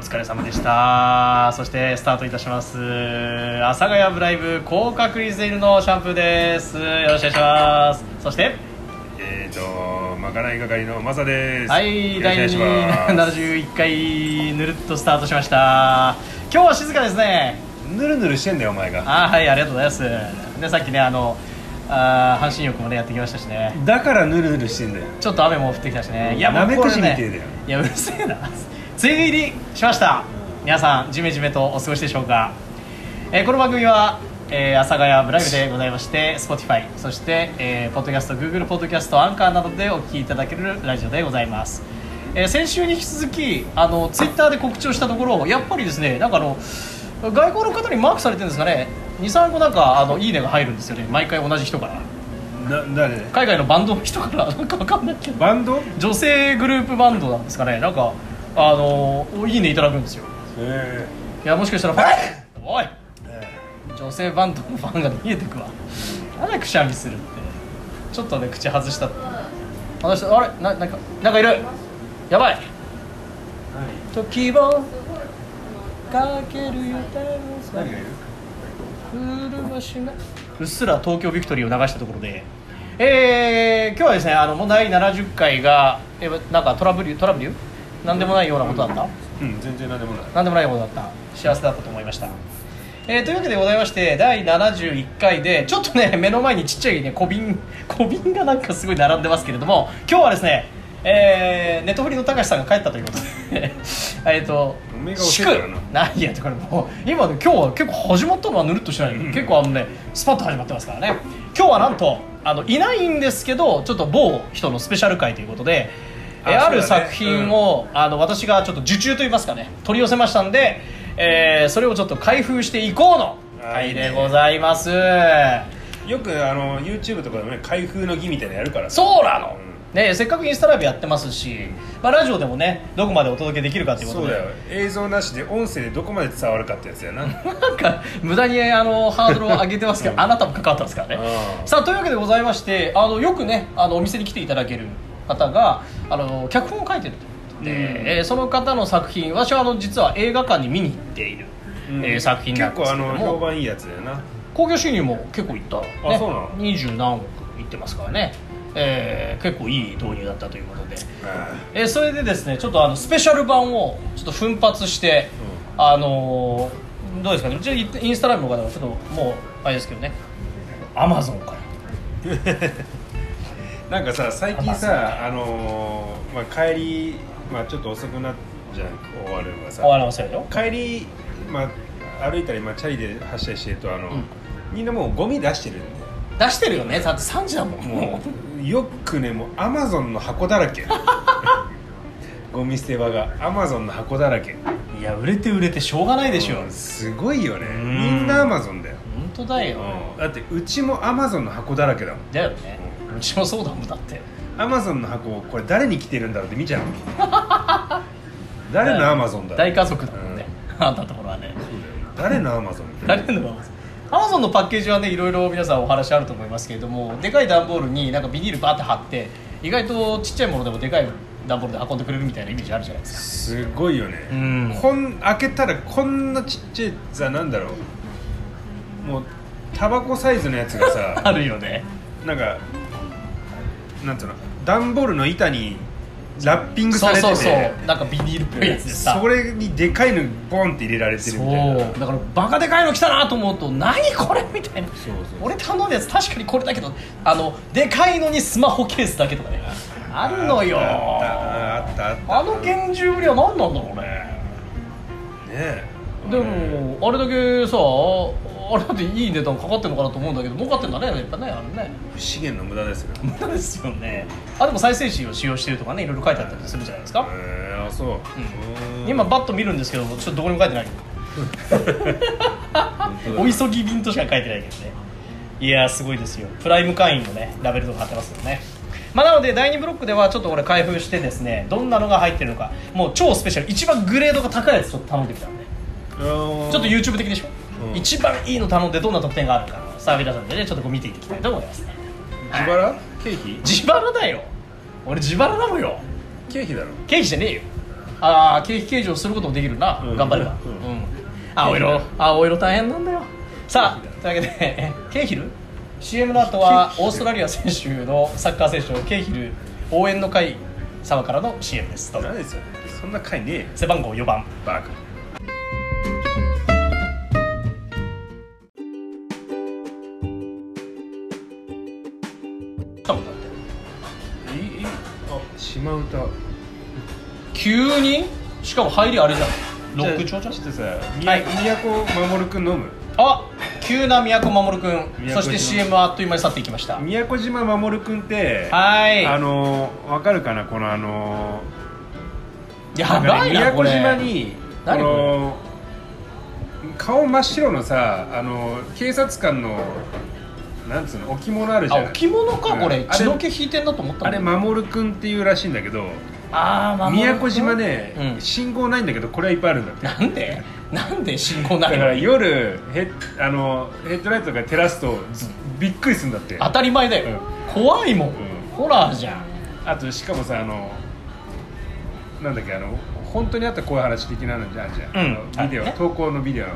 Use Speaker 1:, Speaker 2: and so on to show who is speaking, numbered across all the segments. Speaker 1: 疲れ様でしたそしてスタートいたします阿佐ヶ谷ブライブ高確率でいるのシャンプーですよろしくお願いしますそして
Speaker 2: えーとまかない係のマサです
Speaker 1: はい
Speaker 2: よろしくお
Speaker 1: 第
Speaker 2: 願いします
Speaker 1: 71回ぬるっとスタートしました今日は静かですね
Speaker 2: ぬるぬるしてんだよお前が
Speaker 1: あーはいありがとうございますでさっきねあのあー阪神浴もねやってきましたしね
Speaker 2: だからぬるぬるしてんだよ
Speaker 1: ちょっと雨も降ってきたしね
Speaker 2: うん
Speaker 1: いやもう
Speaker 2: なめ
Speaker 1: こ
Speaker 2: こ
Speaker 1: れ
Speaker 2: じみ
Speaker 1: ね
Speaker 2: てえだよ
Speaker 1: いやうるせえな梅雨入りしました、
Speaker 2: うん
Speaker 1: 皆さんジメジメとお過ごしでしょうか、えーこの番組は、えー、阿佐ヶ谷ブライブでございまして Spotify そして、えーポッドキャスト Google ポッドキャストアンカーなどでお聞きいただけるラジオでございます、えー先週に引き続きあの Twitter で告知をしたところやっぱりですねなんかあの外国の方にマークされてるんですかね23個なんかあのいいねが入るんですよね毎回同じ人から
Speaker 2: な誰
Speaker 1: 海外のバンドの人からなんかわかんないけど
Speaker 2: バンド
Speaker 1: 女性グループバンドなんですかねなんかあのーいいねいただくんですよ
Speaker 2: え
Speaker 1: いやもしかしたらファンおい
Speaker 2: ーえ
Speaker 1: 女性バンドのファンが見えてくわなんでくしゃみするってちょっとね口外した外したあれななんかなんかいるやばい
Speaker 2: ー何
Speaker 1: 時をかけるよ太
Speaker 2: 何がいる
Speaker 1: うっすら東京ビクトリーを流したところで、えー、今日はですねあのもう第70回がえなんかトラブルトラブルなんでもないようなことだった、
Speaker 2: うん全然何でもない
Speaker 1: なんでもないことだった幸せだったと思いました、えーというわけでございまして第71回でちょっとね目 の前にちっちゃいね小瓶 小瓶がなんかすごい並んでますけれども今日はですねえーネットフリの高橋さんが帰ったということで えっと
Speaker 2: おめえが教え
Speaker 1: 祝
Speaker 2: たからな
Speaker 1: ないやだからもう今ね今日は結構始まったのはぬるっとしてない、
Speaker 2: うん
Speaker 1: 結構あのねスパッと始まってますからね今日はなんとあのいないんですけどちょっと某人のスペシャル回ということであ,、えーあ
Speaker 2: あそうだね
Speaker 1: る作品を、あの私がちょっと受注といいますかね取り寄せましたんで、えーそれをちょっと開封していこうの回でございます
Speaker 2: よくあの YouTube とかでもね開封の儀みたいなのやるからう
Speaker 1: そうなの
Speaker 2: う、
Speaker 1: ね、せっかくインスタライブやってますし、まあ、ラジオでもねどこまでお届けできるかというこ
Speaker 2: そ
Speaker 1: と
Speaker 2: う
Speaker 1: で
Speaker 2: だよ映像なしで音声でどこまで伝わるかってやつやな
Speaker 1: なんか無駄にあのハードルを上げてますけど、あなたも関わってますからね
Speaker 2: うん
Speaker 1: さあというわけでございましてあのよくねあのお店に来ていただける方があの脚本を書いてるということで、
Speaker 2: うん
Speaker 1: えーその方の作品私はあの実は映画館に見に行っている、
Speaker 2: うん
Speaker 1: えー作品なんですけれど
Speaker 2: 結構あの評
Speaker 1: も
Speaker 2: 判いいやつだよな
Speaker 1: 興行収入も結構いった、ね
Speaker 2: あそうなの
Speaker 1: 二十何億いってますからね、えー結構いい導入だったということで。
Speaker 2: あ
Speaker 1: えーそれでですねちょっとあのスペシャル版をちょっと奮発して、あのーどうですかねうちのインスタライブの方はちょっともうあれですけどねアマゾンから
Speaker 2: ーなんかさ最近さあのーまあ、帰り、まあ、ちょっと遅くなっじゃん終わるのがさ
Speaker 1: 終わりましたよ
Speaker 2: 帰り、まあ、歩いたり、まあ、チャリで走ったりしてるとあの、
Speaker 1: うん
Speaker 2: みんなもうゴミ出してるんで
Speaker 1: 出してるよねだって3時だもん
Speaker 2: もうよくねもうアマゾンの箱だら けゴミ捨て場がアマゾンの箱だらけ
Speaker 1: いや売れて売れてしょうがないでしょ、
Speaker 2: うん
Speaker 1: 本
Speaker 2: すごいよね
Speaker 1: ん
Speaker 2: みんなアマゾンだよ、
Speaker 1: 当だよ、
Speaker 2: うんだってうちもアマゾンの箱だらけだもん
Speaker 1: だよねうちもそうだもんだって
Speaker 2: アマゾンの箱これ誰に来てるんだろうって見ちゃう 誰のアマゾンだろう
Speaker 1: 大家族だもんね、あんたのところはね
Speaker 2: 誰のアマゾン
Speaker 1: 誰のアマゾンアマゾンのパッケージはねいろいろ皆さんお話あると思いますけれどもでかい段ボールになんかビニールバーって貼って意外とちっちゃいものでもでかい段ボールで運んでくれるみたいなイメージあるじゃないですか
Speaker 2: すごいよね、
Speaker 1: うん
Speaker 2: こん開けたらこんなちっちゃいさなんだろうもうタバコサイズのやつがさ
Speaker 1: あるよね
Speaker 2: なんかなんつうの段ボールの板にラッピング
Speaker 1: そ
Speaker 2: され
Speaker 1: う
Speaker 2: てて
Speaker 1: そうそうなんかビニールっぽいやつでさ
Speaker 2: それにでかいのボンって入れられてるみたいな
Speaker 1: そうだからバカでかいの来たなと思うと何これみたいな
Speaker 2: そうそう
Speaker 1: 俺頼んだやつ確かにこれだけどあのでかいのにスマホケースだけとかねあるのよ
Speaker 2: あ
Speaker 1: あ
Speaker 2: ったあったあった
Speaker 1: の厳重ぶりは何なんだろうね
Speaker 2: ねえ
Speaker 1: でもあれだけさあれだっていい値段かかってるのかなと思うんだけど儲かってんだねやっぱねあれね
Speaker 2: 不資源の無駄ですよ
Speaker 1: 無駄ですよねあでも再生紙を使用してるとかねいろいろ書いてあったりするじゃないですか、
Speaker 2: えー、あそう、うーん
Speaker 1: 今バッと見るんですけどちょっとどこにも書いてない
Speaker 2: 本当だ
Speaker 1: お急ぎ便としか書いてないけどねいやーすごいですよプライム会員のねラベルとか貼ってますよねまあなので第2ブロックではちょっと俺開封してですねどんなのが入ってるのかもう超スペシャル一番グレードが高いやつちょっと頼んでみたんで
Speaker 2: あー
Speaker 1: ちょっと YouTube 的でしょ、
Speaker 2: うん
Speaker 1: 一番いいの頼んでどんな特典があるかさあ皆さんでねちょっとこう見ていきたいと思いますね
Speaker 2: 自腹経費
Speaker 1: 自腹だよ俺自腹だもんよ
Speaker 2: 経費だろ
Speaker 1: 経費じゃねえよああ景気計上することもできるな、
Speaker 2: うん
Speaker 1: 頑張れば、う
Speaker 2: うんん
Speaker 1: 青色青色大変なんだよさあというわけで えケイヒル CM の後はオーストラリア選手のサッカー選手のケイヒル応援の会様からの CM ですどうぞ
Speaker 2: 何ですよそんな回ねえよ
Speaker 1: 背番号4番
Speaker 2: バカ
Speaker 1: 来たもんだって
Speaker 2: いいいいあ島唄
Speaker 1: 急にしかも入りあれじゃんロック調じゃん
Speaker 2: ちょっとさ
Speaker 1: はい
Speaker 2: 宮古守君飲む
Speaker 1: あ急な宮古守君
Speaker 2: 宮古島
Speaker 1: そして CM はあっという間に去っていきました
Speaker 2: 宮古島守君って
Speaker 1: はい
Speaker 2: あのーわかるかなこのあの
Speaker 1: やばいな
Speaker 2: 宮
Speaker 1: こ
Speaker 2: 古
Speaker 1: れ
Speaker 2: 島にこ
Speaker 1: 何これ
Speaker 2: の顔真っ白のさあの警察官のなんつうの置物あるじ
Speaker 1: あ
Speaker 2: ゃん
Speaker 1: 置物かこ
Speaker 2: う
Speaker 1: れ
Speaker 2: んあれ
Speaker 1: 血の気引いてんだと思った
Speaker 2: あれ守君っていうらしいんだけど
Speaker 1: ああ
Speaker 2: 宮古島ね、
Speaker 1: うん
Speaker 2: 信号ないんだけどこれはいっぱいあるんだって
Speaker 1: なんでなんで信号な
Speaker 2: だ
Speaker 1: い
Speaker 2: か
Speaker 1: の
Speaker 2: ら夜ヘッあのヘッドライトとか照らすとずびっくりするんだって
Speaker 1: 当たり前だよ、怖いもん、ホラーじゃん
Speaker 2: あとしかもさあのなんだっけあの本当にあったこういう話的なのじゃんじゃん、
Speaker 1: うん
Speaker 2: あのビデオ、
Speaker 1: あるね
Speaker 2: 投稿のビデオ、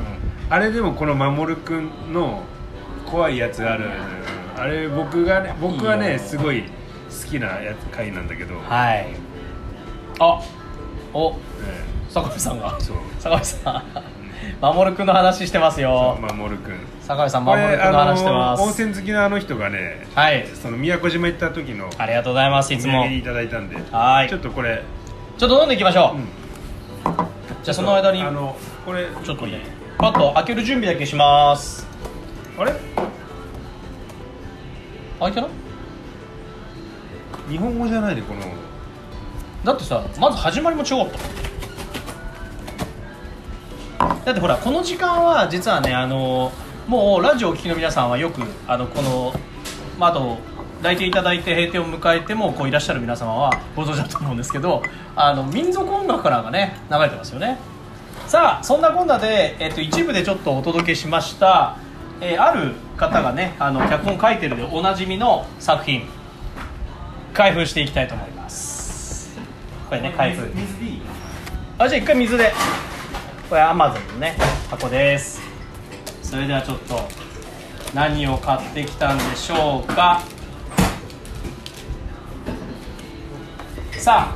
Speaker 2: あれでもこの守君の怖いやつがある、あれ僕がね僕はい
Speaker 1: い
Speaker 2: ね
Speaker 1: よ
Speaker 2: すごい好きなやつ回なんだけど、
Speaker 1: はいあお
Speaker 2: う
Speaker 1: 坂井さんが
Speaker 2: んそう
Speaker 1: 坂井さん守君の話してますよ
Speaker 2: 守君
Speaker 1: 坂井さん
Speaker 2: こ
Speaker 1: 守君
Speaker 2: れ
Speaker 1: の話して
Speaker 2: あ
Speaker 1: ま
Speaker 2: の温
Speaker 1: す
Speaker 2: 泉好きなあの人がね
Speaker 1: はい
Speaker 2: その宮古島行った時の
Speaker 1: ありがとうございますいつ
Speaker 2: お土
Speaker 1: も
Speaker 2: 産いただいたんで
Speaker 1: はい
Speaker 2: ちょっとこれ、
Speaker 1: ちょっと飲んでいきましょう、
Speaker 2: うん
Speaker 1: じゃあその間に
Speaker 2: あのこれ
Speaker 1: ちょっとねパッと開ける準備だけします
Speaker 2: あれ
Speaker 1: 開いてない
Speaker 2: 日本語じゃないでこの
Speaker 1: だってさまず始まりも違かっただってほらこの時間は実はねあのもうラジオをお聞きの皆さんはよくあのこの、まあ、あと来店いただいて閉店を迎えてもこういらっしゃる皆様はご存知だと思うんですけどあの民族音楽からがね流れてますよねさあそんなこんなで、えっと、一部でちょっとお届けしました、えーある方がねあの脚本書いてるでおなじみの作品開封していきたいと思いますこれね開封
Speaker 2: 水でいい
Speaker 1: あじゃあ一回水でこれアマゾンのね箱ですそれではちょっと何を買ってきたんでしょうかさあ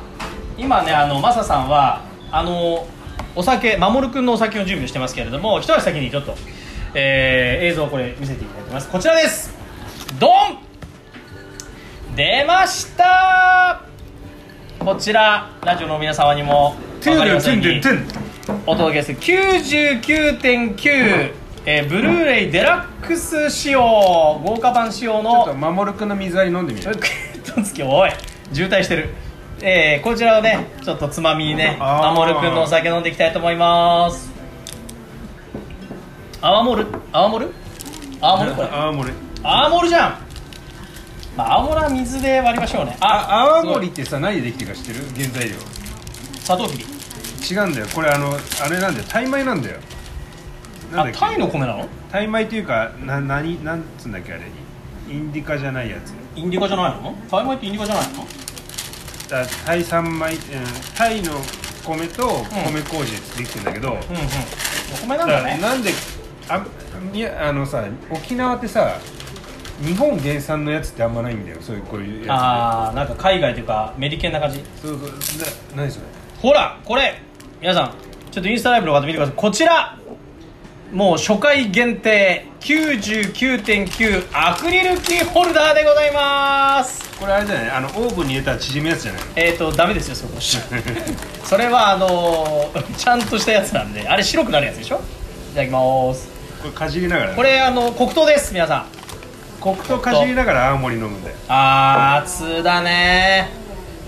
Speaker 1: 今ねあのマサさんはあのお酒守君のお酒の準備をしてますけれども一足先にちょっと、えー映像をこれ見せていただきますこちらですドン出ましたこちらラジオの皆様にも
Speaker 2: トゥ
Speaker 1: わか
Speaker 2: ン
Speaker 1: り
Speaker 2: ドゥ
Speaker 1: ませんに
Speaker 2: ントゥンドゥントゥン
Speaker 1: お届けする99.9、えーブルーレイデラックス仕様豪華版仕様
Speaker 2: ちょっと
Speaker 1: の
Speaker 2: 守君の水割り飲んでみ
Speaker 1: え
Speaker 2: る
Speaker 1: っとつきおい渋滞してるえー、こちらをねちょっとつまみにね
Speaker 2: あー
Speaker 1: 守君のお酒飲んでいきたいと思います泡盛る泡盛る泡盛るこれ
Speaker 2: 泡盛り
Speaker 1: 泡盛るじゃんまあ泡盛は水で割りましょうね
Speaker 2: あ泡
Speaker 1: すごい
Speaker 2: 盛ってさ何でできてるか知ってる原材料
Speaker 1: 砂糖きび
Speaker 2: 違うんだよこれあのあれなんだよタイ米なんだよなん
Speaker 1: あ
Speaker 2: だっけ
Speaker 1: タイの米なの
Speaker 2: タイ米というかな何なんつうんだっけあれインディカじゃないやつ
Speaker 1: インディカじゃないのタイ米ってインディカじゃないの
Speaker 2: だタイ三米、うん、タイの米と米麹でできてんだけど、
Speaker 1: うんうんお米な
Speaker 2: だ
Speaker 1: ん
Speaker 2: か
Speaker 1: だ
Speaker 2: ら
Speaker 1: ね
Speaker 2: なんであいやあのさ沖縄ってさ日本原産のやつってあんまないんだよそういうこういうや
Speaker 1: あーなんか海外というかメリケンな感じ
Speaker 2: つそうそうな何それ
Speaker 1: ほらこれ皆さんちょっとインスタライブの方見てくださいこちらもう初回限定99.9アクリルキーホルダーでございます
Speaker 2: これあれじゃないあのオーブンに入れたら縮むや つじゃないの
Speaker 1: えっ、ー、とダメですよそこ それはあのーちゃんとしたやつなんであれ白くなるやつでしょいただきます
Speaker 2: これかじりながらね
Speaker 1: これあの黒糖です皆さん
Speaker 2: 黒糖かじりながら青森飲むんだよ
Speaker 1: あー熱だね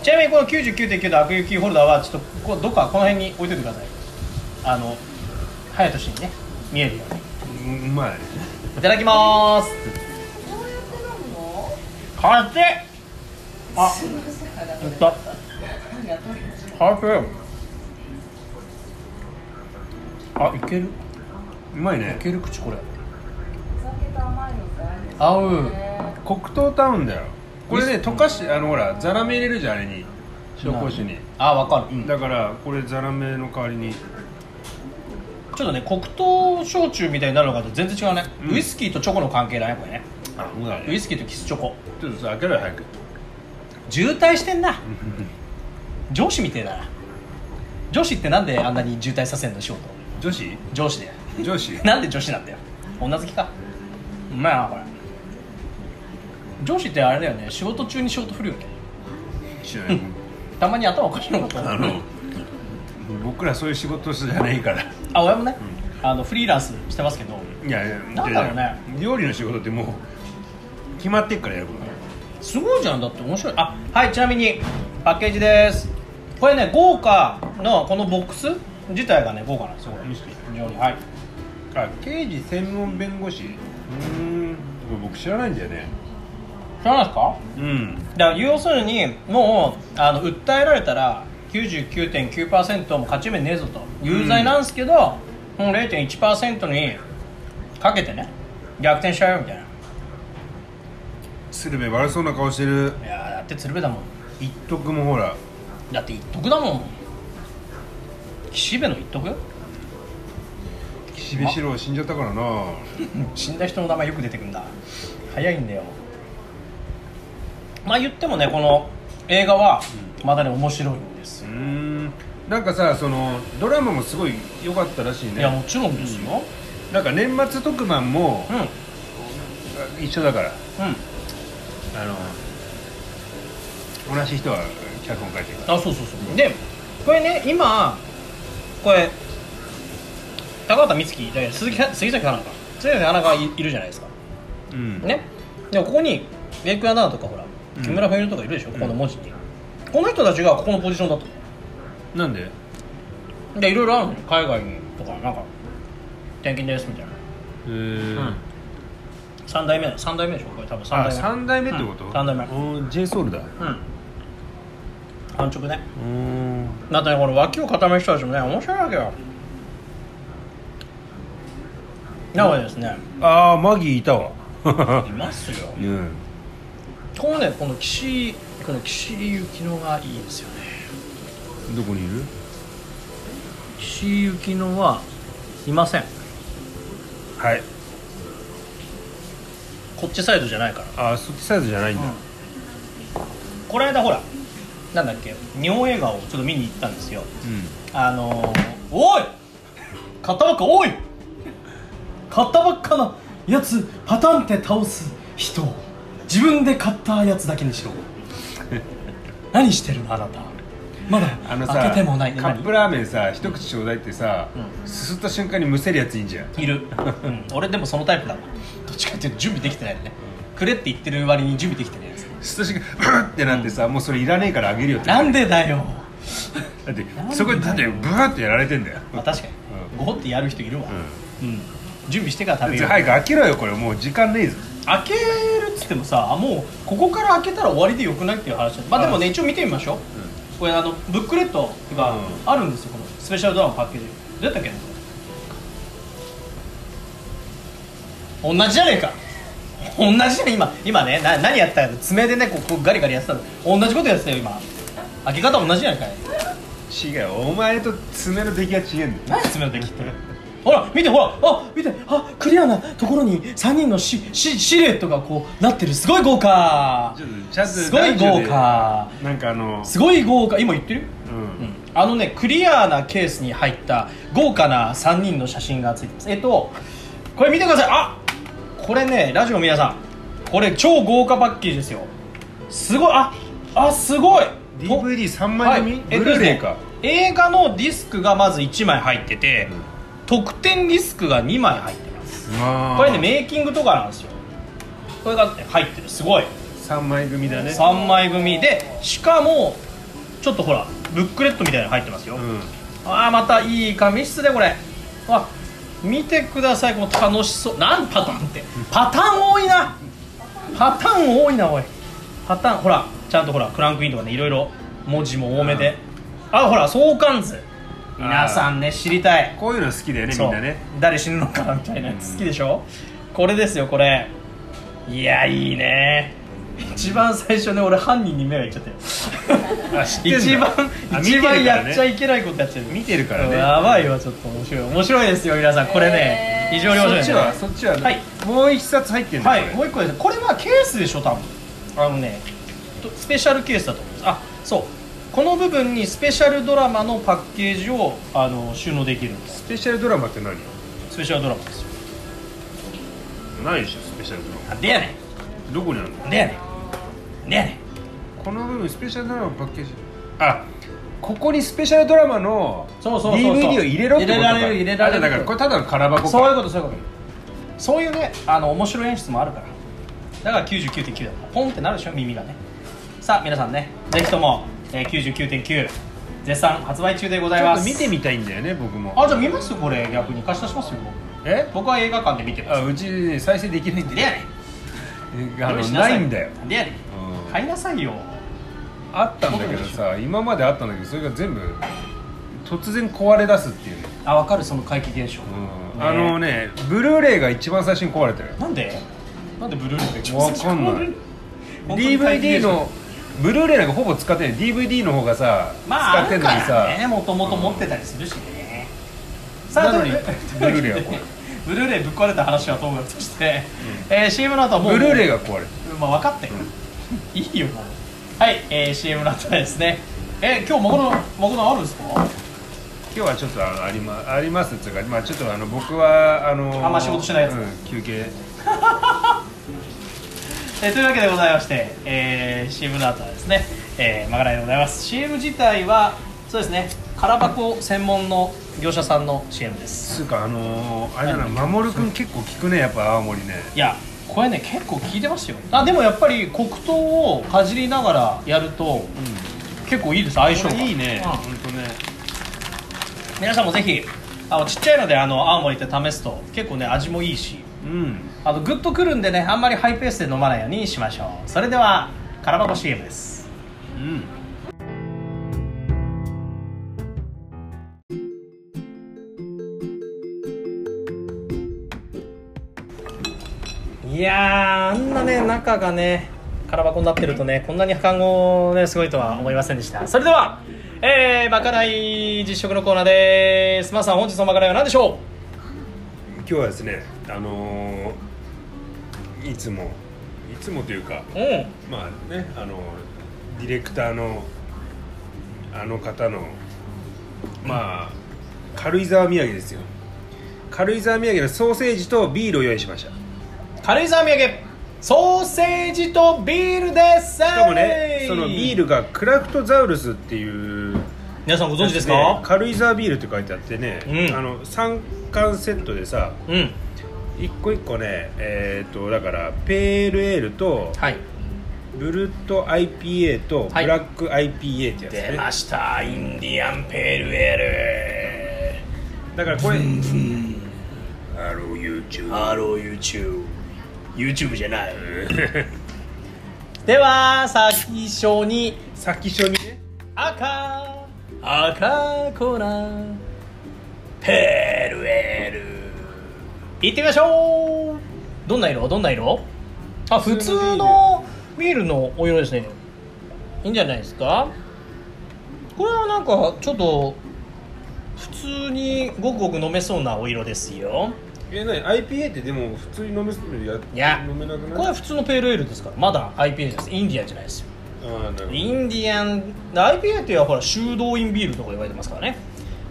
Speaker 1: ちなみにこの99.9のアクリルキーホルダーはちょっとこうどっかこの辺に置いといてくださいあの早い年にね見えるように
Speaker 2: うんうまい
Speaker 1: いただきまーす
Speaker 3: どうやって飲むの
Speaker 1: 辛いあ
Speaker 3: すいませんあ
Speaker 1: やった
Speaker 3: りがとう
Speaker 1: 辛いあいける
Speaker 2: うまいね
Speaker 1: いける口これ
Speaker 3: お酒と甘いのってあるんです
Speaker 1: 合う
Speaker 3: ね
Speaker 2: 黒糖と合うんだよこれね溶かしあのほらザラメ入れるじゃんあれに紹興酒に、
Speaker 1: あわかる、うん
Speaker 2: だからこれザラメの代わりに
Speaker 1: ちょっとね黒糖焼酎みたいになるのかと全然違うね、
Speaker 2: うん
Speaker 1: ウイスキーとチョコの関係だねこれね
Speaker 2: あうまい
Speaker 1: ウイ
Speaker 2: ね
Speaker 1: スキーとキスチョコ
Speaker 2: ちょっとさ開けろよ早く
Speaker 1: 渋滞してんな上司みてえだな上司ってなんであんなに渋滞させんの仕事
Speaker 2: 女 子
Speaker 1: 上司で
Speaker 2: 女子
Speaker 1: なんで女子なんだよ女好きかうまいなこれ上司ってあれだよね仕事中に仕事振るよね
Speaker 2: 知らない
Speaker 1: たまに頭おかしいのかと思う
Speaker 2: あの僕らそういう仕事じゃないから
Speaker 1: あ親もね、あのフリーランスしてますけど
Speaker 2: いやいや
Speaker 1: なんだろうね
Speaker 2: 料理の仕事ってもう決まってっからやることだから
Speaker 1: すごいじゃんだって面白いあはいちなみにパッケージですこれね豪華のこのボックス自体がね豪華なんですよこれ
Speaker 2: 見
Speaker 1: 非
Speaker 2: せて
Speaker 1: 常にはい
Speaker 2: あ刑事専門弁護士うーんこれ僕知らないんだよね
Speaker 1: 知らないですか
Speaker 2: うん
Speaker 1: だから要するにもうあの訴えられたら99.9%も勝ち目ねえぞと有罪なんですけど、もう0.1%にかけてね逆転しちゃうよみたいない
Speaker 2: 鶴瓶悪そうな顔してる
Speaker 1: やーだって鶴瓶だもん
Speaker 2: 一徳もほら
Speaker 1: だって一徳だもん岸辺の一徳
Speaker 2: 岸辺四郎死んじゃったからな
Speaker 1: 死んだ人の名前よく出てくんだ早いんだよまあ言ってもねこの映画はまだね面白いんです
Speaker 2: う
Speaker 1: よ、
Speaker 2: んなんかさそのドラマもすごい良かったらしい
Speaker 1: いやも
Speaker 2: ね
Speaker 1: ちろんですよ
Speaker 2: なんか年末特番も
Speaker 1: うんうん
Speaker 2: 一緒だからあの同じ人は脚本書いてるから
Speaker 1: あそうそうそうでこれね今これ高畑充希じゃない鈴木杉咲花か杉咲花がいいるじゃないですか
Speaker 2: うん
Speaker 1: ねでもここにメイクアナとかほら
Speaker 2: うん
Speaker 1: 木村文乃とかいるでしょ、ここの文字にこの人たちがここのポジションだと
Speaker 2: なんで
Speaker 1: でいろいろあるのよ海外にとかなんか転勤ですみたいな
Speaker 2: えー
Speaker 1: うん3代目3代目でしょこれ多分3
Speaker 2: あ
Speaker 1: 代目
Speaker 2: 三代目ってこと、
Speaker 1: うん三代目
Speaker 2: おー J ソウルだ
Speaker 1: うん半直ね
Speaker 2: うん
Speaker 1: だってねこの脇を固める人たちもね面白いわけよなのでですね
Speaker 2: ああマギーいたわ
Speaker 1: いますよ
Speaker 2: うん
Speaker 1: このねこの岸この岸井ゆきのがいいですよね
Speaker 2: どこにいる
Speaker 1: 岸井ゆきのはいません
Speaker 2: はい
Speaker 1: こっちサイドじゃないから
Speaker 2: あーそっちサイズじゃないんだ、
Speaker 1: この間ほらなんだっけ日本映画をちょっと見に行ったんですよ
Speaker 2: う
Speaker 1: あのー、おい買ったばっかおい買ったばっかなやつパタンって倒す人自分で買ったやつだけにしろ何してるのあなたまだ
Speaker 2: あのさ
Speaker 1: 開けてもない
Speaker 2: カップラーメンさ一口ちょうだいってさ、
Speaker 1: うん
Speaker 2: すすった瞬間にむせるやついいんじゃん
Speaker 1: 何いる、うん、俺でもそのタイプだわどっちかっていうと準備できてないのねくれって言ってる割に準備できてないやつ
Speaker 2: すった瞬間ブーってなってさもうそれいらねえからあげるよって
Speaker 1: なんでだよ
Speaker 2: だってそこにだってブーってやられてんだよ、
Speaker 1: まあ確かにごほってやる人いるわうん、準備してから食べ
Speaker 2: うん、
Speaker 1: よう
Speaker 2: 早く開けろよこれもう時間ねえぞ
Speaker 1: 開けるっつってもさあもうここから開けたら終わりでよくないっていう話まあでもね一応見てみましょう、これあのブックレットがあるんですよこのスペシャルドラマパッケージどうやったっけな同じじゃねえか同じじゃねえ今今ねな何やったか爪でねこうこうガリガリやってたの同じことやってたよ今開け方同じじゃないかい
Speaker 2: 違うお前と爪の出来が違えんだよ
Speaker 1: 何爪の出来ってほら見てほらあ見てあクリアなところに3人のシシシルエットがこうなってるすごい豪華
Speaker 2: ちょっとちゃんと
Speaker 1: すごい豪華
Speaker 2: なんかあの
Speaker 1: すごい豪華今言ってる、
Speaker 2: うん
Speaker 1: うん、あのねクリアなケースに入った豪華な3人の写真がついてますえっとこれ見てくださいあこれねラジオの皆さんこれ超豪華パッケージですよすごいああすごい
Speaker 2: DVD3
Speaker 1: は
Speaker 2: 枚
Speaker 1: い
Speaker 2: 組、
Speaker 1: えっ
Speaker 2: ブ
Speaker 1: とで
Speaker 2: ル
Speaker 1: す
Speaker 2: ー
Speaker 1: ね
Speaker 2: レイか、
Speaker 1: 映画のディスクがまず1枚入ってて、
Speaker 2: うん
Speaker 1: 特典ディスクが2枚入ってますこ
Speaker 2: こ
Speaker 1: れねメイキングとかなんですよこれが入ってるすごい
Speaker 2: 3枚組だね
Speaker 1: 3枚組でしかもちょっとほらブックレットみたいなの入ってますよ、
Speaker 2: うん
Speaker 1: ああまたいい紙質でこれあ見てくださいこの楽しそうなんパターンってパターン多いなパターン多いなおいパターンほらちゃんとほらクランクインとかねいろいろ文字も多めで、あほら相関図皆さんね知りたい
Speaker 2: こういうの好きだよねみ
Speaker 1: そ
Speaker 2: ん
Speaker 1: う
Speaker 2: なね
Speaker 1: 誰死ぬのかなみたいなやつ好きでしょ、これですよこれいやいいねち一番最初ね俺犯人に目がいっちゃったよ
Speaker 2: あ知ってんだ
Speaker 1: 一番
Speaker 2: あ
Speaker 1: 一番やっちゃ
Speaker 2: 見て
Speaker 1: い
Speaker 2: るからね
Speaker 1: けないことやっちゃう
Speaker 2: 見てるからね
Speaker 1: やばいわちょっと面白い面白いですよ皆さんこれね、
Speaker 3: えー
Speaker 1: 非常に面白い
Speaker 2: そっ
Speaker 1: ね
Speaker 2: ちはそっちは、
Speaker 1: はい
Speaker 2: もう一冊入ってるんだ
Speaker 1: はい
Speaker 2: こ
Speaker 1: も
Speaker 2: れ
Speaker 1: う一個ですこれはケースでしょ多分あのねとスペシャルケースだと思いますあそうこの部分にスペシャルドラマのパッケージをあの収納できるんです
Speaker 2: スペシャルドラマって何
Speaker 1: スペシャルドラマですよ
Speaker 2: ないでしょスペシャルドラ
Speaker 1: なんでやね
Speaker 2: マどこにあるの
Speaker 1: んなんでやねんなんでやねん
Speaker 2: この部分スペシャルドラマのパッケージあここにスペシャルドラマの
Speaker 1: そうそうそうそう
Speaker 2: DVD を入れろってこと
Speaker 1: 入れ
Speaker 2: か
Speaker 1: られる入れられる
Speaker 2: あだからこれただの空箱か
Speaker 1: そういうことそういうことそういうねあの面白い演出もあるからだから99.9だからポンってなるでしょ耳がねさあ皆さんねぜひとも、えー、99.9絶賛発売中でござい
Speaker 2: ちょ
Speaker 1: ま
Speaker 2: っ
Speaker 1: す
Speaker 2: と見てみたいんだよね僕も
Speaker 1: あじゃあ見ますこれ逆に貸し出しますよ
Speaker 2: え
Speaker 1: 僕は映画館で見てます
Speaker 2: あうちね再生できない
Speaker 1: な
Speaker 2: んで
Speaker 1: んでやね
Speaker 2: え
Speaker 1: ん
Speaker 2: あ
Speaker 1: 用意
Speaker 2: の
Speaker 1: しさ
Speaker 2: ないんだよ
Speaker 1: なんでやね
Speaker 2: うん
Speaker 1: ん買いなさいよ
Speaker 2: あったんだけどさ今まであったんだけどそれが全部突然壊れ出すっていうね、
Speaker 1: あ分かるその怪奇現象、
Speaker 2: うん
Speaker 1: ね
Speaker 2: あのねブルーレイが一番最初に壊れてる
Speaker 1: なんでなんでブルーレイが一
Speaker 2: わ
Speaker 1: 番
Speaker 2: かんない
Speaker 1: 本当に怪奇
Speaker 2: DVD
Speaker 1: 現象
Speaker 2: のブルーレイなんかほぼ使ってない DVD の方がさ、
Speaker 1: まあ
Speaker 2: 使ってんのに
Speaker 1: あるからね
Speaker 2: さ
Speaker 1: もともと持ってたりするしね、
Speaker 2: なのに
Speaker 1: という
Speaker 2: ブ ルーレイはこれ
Speaker 1: ブルーレイぶっ壊れた話はともかくとして、えー、CM の後はもう
Speaker 2: ブルーレイが壊れる
Speaker 1: まあ分かったよ、いいよもうはい、えー、CM の後はですねえー、今日マコのマコのあるんですか
Speaker 2: 今日はちょっとあのあり,、まありますっていうか、まあ、ちょっとあの僕はあの
Speaker 1: あんま仕事しないやつ
Speaker 2: うん休憩
Speaker 1: えーというわけでございまして、えー、CM の後はですね、えー、まがらいでございます CM 自体はそうですね空箱専門の業者さんの CM です
Speaker 2: つうかあのあれだな守君結構聞くねやっぱ青森ね
Speaker 1: いやこれね結構聞いてますよあでもやっぱり黒糖をかじりながらやると結構いいです相性
Speaker 2: こ
Speaker 1: が
Speaker 2: れいいね
Speaker 1: うん
Speaker 2: 本当ね
Speaker 1: 皆さんもぜひあのちっちゃいのであの青森って試すと結構ね味もいいし
Speaker 2: うん
Speaker 1: あのグッとくるんでねあんまりハイペースで飲まないようにしましょうそれではカラバコ CM です
Speaker 2: うん
Speaker 1: いやーあんなね中がね空箱になってるとねこんなに破ゴねすごいとは思いませんでしたそれではえー、まかない実食のコーナーですまさん本日のまかないは何でしょう
Speaker 2: 今日はですねあのーいつもいつもというか
Speaker 1: うん
Speaker 2: まあねあのディレクターのあの方のまあ軽井沢土産ですよ軽井沢土産のソーセージとビールを用意しました
Speaker 1: 軽井沢土産ソーセージとビールですし
Speaker 2: しかもねそのビールがクラフトザウルスっていう
Speaker 1: 皆さんご存知です
Speaker 2: や
Speaker 1: か
Speaker 2: つ軽井沢ビールって書いてあってね、
Speaker 1: うん
Speaker 2: あの3缶セットでさ
Speaker 1: うん
Speaker 2: 一個一個ねえっ、とだからペールエールと
Speaker 1: はい
Speaker 2: ブルット IPA とブ
Speaker 1: はい
Speaker 2: ラック IPA ってやつね、
Speaker 1: 出ましたインディアンペールエ
Speaker 2: だからこれ
Speaker 1: ールうん
Speaker 2: ハロー YouTube
Speaker 1: ROYouTubeYouTube じゃないでは先書に
Speaker 2: 先初にね
Speaker 1: 赤赤コーナーペールエールいってみましょうどんな色どんな色あ普
Speaker 2: 普通の
Speaker 1: 通のビールのお色ですねいいんじゃないですかこれはなんかちょっと普通にごくごく飲めそうなお色ですよ
Speaker 2: えなに IPA ってでも普通に飲めそうでや
Speaker 1: いや
Speaker 2: 飲めなくない
Speaker 1: これは普通のペールエールですからまだ IPA ですインディアンじゃないですよ
Speaker 2: ああなるほど
Speaker 1: インディアン IPA っていうのはほら修道院ビールとか言われてますからね、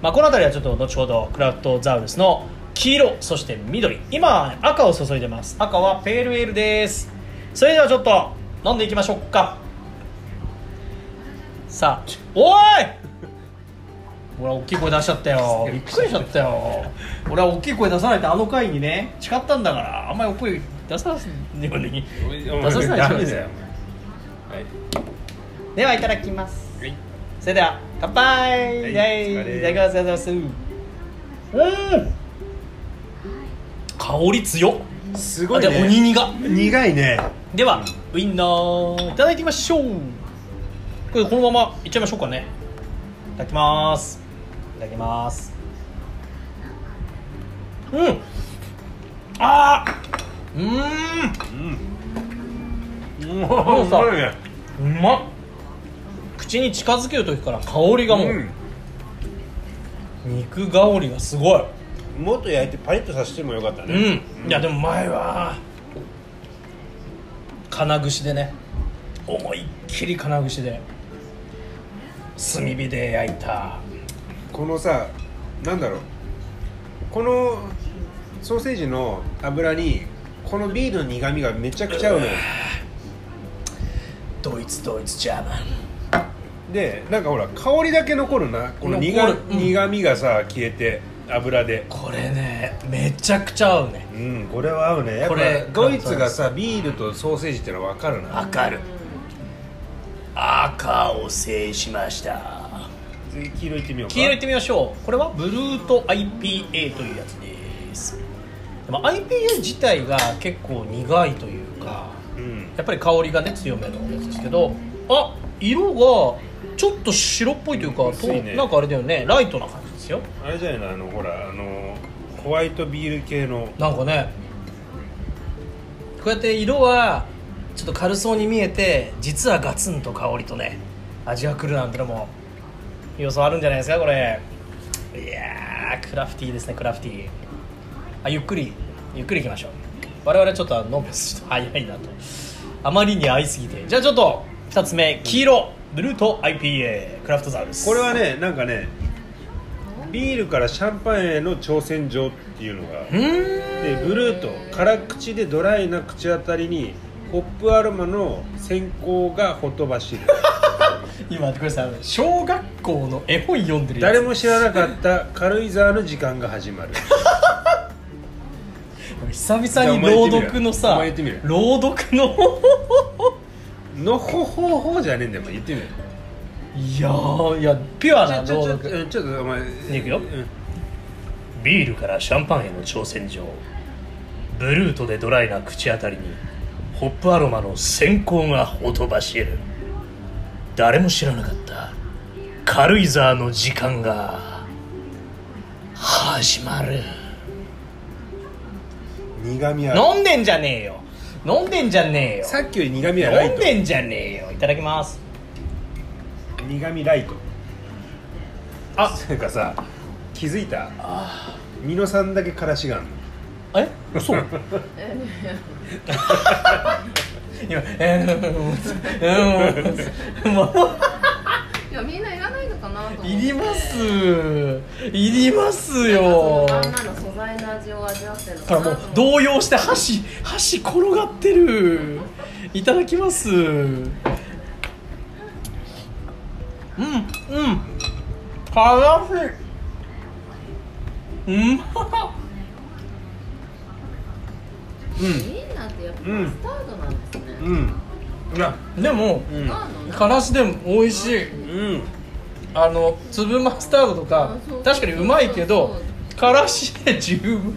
Speaker 1: まあ、この辺りはちょっと後ほどクラフトザウルスの黄色そして緑今赤を注いでます赤はペールエールですそれではちょっと飲んでいきましょうかさあおい俺は大きい声出しちゃったよびっくりしちゃったよ俺は大きい声出さないとあの回にね誓ったんだからあんまり大きい声出さないように出させないようにしようよ
Speaker 2: はい
Speaker 1: ではいただきます
Speaker 2: はい
Speaker 1: それでは乾杯、
Speaker 2: はい
Speaker 1: い、
Speaker 2: お疲れ
Speaker 1: いただきますありがとうございますうん香り強っ
Speaker 2: す
Speaker 1: あじゃあおにぎりが
Speaker 2: 苦いね
Speaker 1: ではウインナーいただいてみましょうこれこのままいっちゃいましょうかねいただきますいただきますうんあーうーん
Speaker 2: うんもう
Speaker 1: うさ
Speaker 2: うまいね
Speaker 1: うまっ口に近づける時から香りがもう、肉香りがすごい
Speaker 2: うんもっと焼いてパリッとさせてもよかった
Speaker 1: う
Speaker 2: ね
Speaker 1: ん、いやでも前は金串でね思いっきり金串で炭火で焼いた
Speaker 2: このさなんだろうこのソーセージの油にこのビールの苦みがめちゃくちゃ合うのよ
Speaker 1: ドイツドイツジャーマン
Speaker 2: でなんかほら香りだけ残るなこの苦,、
Speaker 1: 残るうん
Speaker 2: 苦みがさ消えて油で
Speaker 1: これねめちゃくちゃ合うね
Speaker 2: うんこれは合うねやっ
Speaker 1: これ
Speaker 2: ぱドイツがさビールとソーセージってのは分かるな
Speaker 1: わかる赤を制しました
Speaker 2: 次黄色いってみようか
Speaker 1: 黄色いってみましょうこれはブルート IPA というやつですでも IPA 自体が結構苦いというか
Speaker 2: うん
Speaker 1: やっぱり香りがね強めのやつですけどあ色がちょっと白っぽいというか、
Speaker 2: 薄いね
Speaker 1: となんかあれだよねライトな感じですよ
Speaker 2: あれじゃないのあのほらあのホワイトビール系の
Speaker 1: なんかねこうやって色はちょっと軽そうに見えて実はガツンと香りとね味がくるなんてのも予想あるんじゃないですかこれいやークラフティーですねクラフティーあゆっくりゆっくりいきましょう我々ちょっと飲むのちょっと 早いなとあまりに合いすぎてじゃあちょっと2つ目黄色ブルート IPA クラフトザウルス
Speaker 2: これはねなんかねビールからシャンパンへの挑戦状っていうのが
Speaker 1: うーん
Speaker 2: でブルーと辛口でドライな口当たりにホップアロマの先行がほとばしる
Speaker 1: 今これさ小学校の絵本読んでるやつ
Speaker 2: 誰も知らなかった軽井沢の時間が始まる
Speaker 1: 久々に朗読の
Speaker 2: お
Speaker 1: さ
Speaker 2: 前言ってみろ
Speaker 1: 朗読の
Speaker 2: のほほほじゃねえんだよお前言ってみる
Speaker 1: いやーいやピュアな
Speaker 2: ちょ
Speaker 1: 朗
Speaker 2: ちょちょ
Speaker 1: 読
Speaker 2: うんちょっとお前
Speaker 1: いくよ
Speaker 2: うん
Speaker 1: ビールからシャンパンへの挑戦状ブルートでドライな口当たりにホップアロマの閃光がほとばしる誰も知らなかった軽井沢の時間が始まる
Speaker 2: 苦味ある
Speaker 1: 飲んでんじゃねえよ飲んでんじゃねえよ
Speaker 2: さっきより苦味はラ
Speaker 1: 飲ん
Speaker 2: イ
Speaker 1: でんじゃねえよいただきます
Speaker 2: ト苦味ライトあなんかさ気づいた美濃さんだけからしがあるの
Speaker 1: えそう今えー、うんもう
Speaker 3: いやみんないらないのかなと思って
Speaker 1: いりますいります
Speaker 3: なんか
Speaker 1: よ
Speaker 3: そのまんまの素材の味を味わってるの
Speaker 1: だか
Speaker 3: からな
Speaker 1: もう
Speaker 3: と思って
Speaker 1: 動揺して箸箸転がってるいただきますうんうん辛しいうまっ
Speaker 2: うん
Speaker 3: ウインナーってやっぱマスタードなんですね、
Speaker 2: うんいや
Speaker 1: でも
Speaker 2: うん
Speaker 3: あの
Speaker 1: からしでも美味しい
Speaker 2: うん
Speaker 1: あの粒マスタードとか
Speaker 3: あそう
Speaker 1: 確かにうまいけ
Speaker 3: そう
Speaker 1: ど
Speaker 3: そ
Speaker 1: からしで十分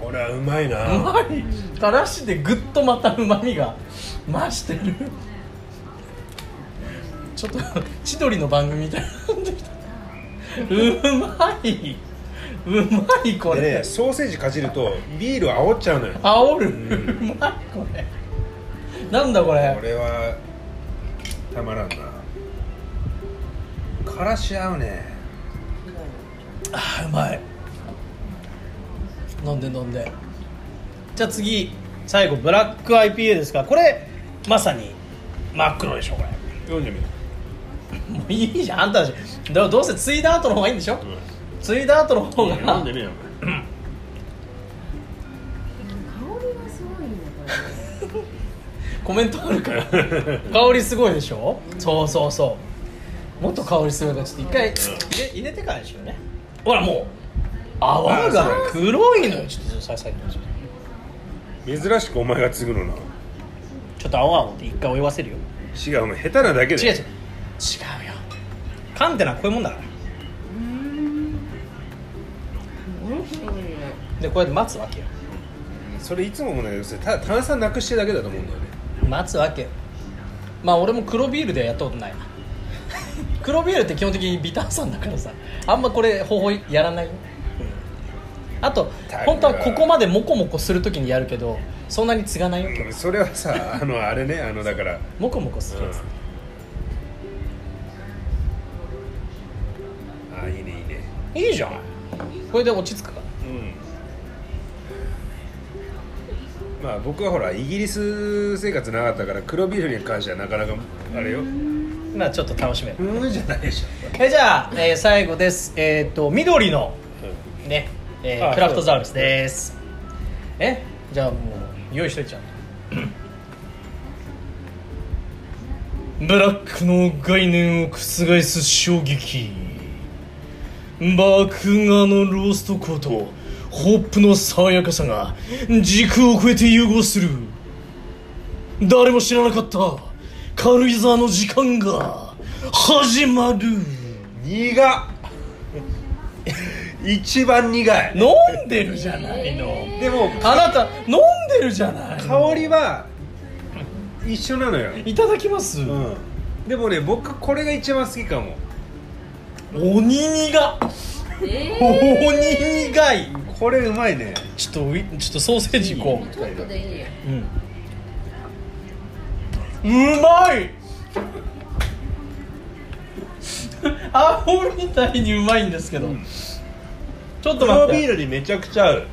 Speaker 2: これはうまいうな
Speaker 1: まいからしでぐっとまたうまみが増してるちょっと千鳥の番組みたいになってきたうまいうまいこ
Speaker 2: で
Speaker 1: れ、
Speaker 2: ねソーセージかじるとビールを煽っちゃうのよこ
Speaker 1: 煽る、うまいこれなんだこれ
Speaker 2: れはたまらんなからし合うね
Speaker 1: あうまい飲んで飲んでじゃあ次最後ブラック IPA ですがこれまさに真っ黒でしょこれ
Speaker 2: 読んでみる
Speaker 1: もういいじゃんあんたたちどどうせついだ後の方がいいんでしょ、ついだ後の方が
Speaker 2: みよ
Speaker 3: 香りがすごいねこれ
Speaker 1: コメントあるから香りすごいでしょそうそうそうもっと香りすごいからちょっと一回入れ入れてからでしょうねほらもう泡が黒いのよちょっとささっきの
Speaker 2: 珍しくお前が継ぐのな
Speaker 1: ちょっと青々って一回泳がせるよ
Speaker 2: 違うお前下手なだけで
Speaker 1: 違う違う違うよ缶ってのはこういうもんだからでこうやって待つわけよ
Speaker 2: それいつももないけどそれただ炭酸なくしてるだけだと思うんだよね
Speaker 1: 待つわけまあ俺も黒ビールではやったことないな黒ビールって基本的にビター酸だからさあんまこれ方法やらないよ、うんあと
Speaker 2: たくわ
Speaker 1: 本当はここまでモコモコするときにやるけどそんなに継がないよ
Speaker 2: うんそれはさ あのあれねあのだから、
Speaker 1: モコモコするやつ、
Speaker 2: うんあいいねいいね
Speaker 1: いいじゃんこれで落ち着くか
Speaker 2: うんまあ僕はほらイギリス生活なかったから黒ビールに関してはなかなかあれよ
Speaker 1: まあちょっと楽しめる
Speaker 2: うんじゃないでしょ
Speaker 1: えじゃあ、えー最後ですえっ、と緑のね、えー
Speaker 2: あ
Speaker 1: クラフトザウルスですえじゃあもう用意しといちゃう ブラックの概念を覆す衝撃麦芽のローストコーとホップの爽やかさが時空を超えて融合する誰も知らなかった軽井沢の時間が始まる
Speaker 2: 苦っ 一番苦い
Speaker 1: 飲んでるじゃないの
Speaker 2: でも
Speaker 1: あなた飲んでるじゃない
Speaker 2: 香りは一緒なのよ、
Speaker 1: いただきます、
Speaker 2: うん、でもね僕これが一番好きかも
Speaker 1: 鬼苦
Speaker 3: え
Speaker 1: 鬼
Speaker 3: ー
Speaker 1: 苦い
Speaker 2: これうまいね
Speaker 1: ちょっとウィちょっとソーセージいこ
Speaker 3: ちょっとでいいよ
Speaker 1: う、うん、うまい アホみたいにうまいんですけど、ちょっと
Speaker 2: 黒
Speaker 1: 待
Speaker 2: ビ
Speaker 1: って
Speaker 2: ールにめちゃくちゃ合う、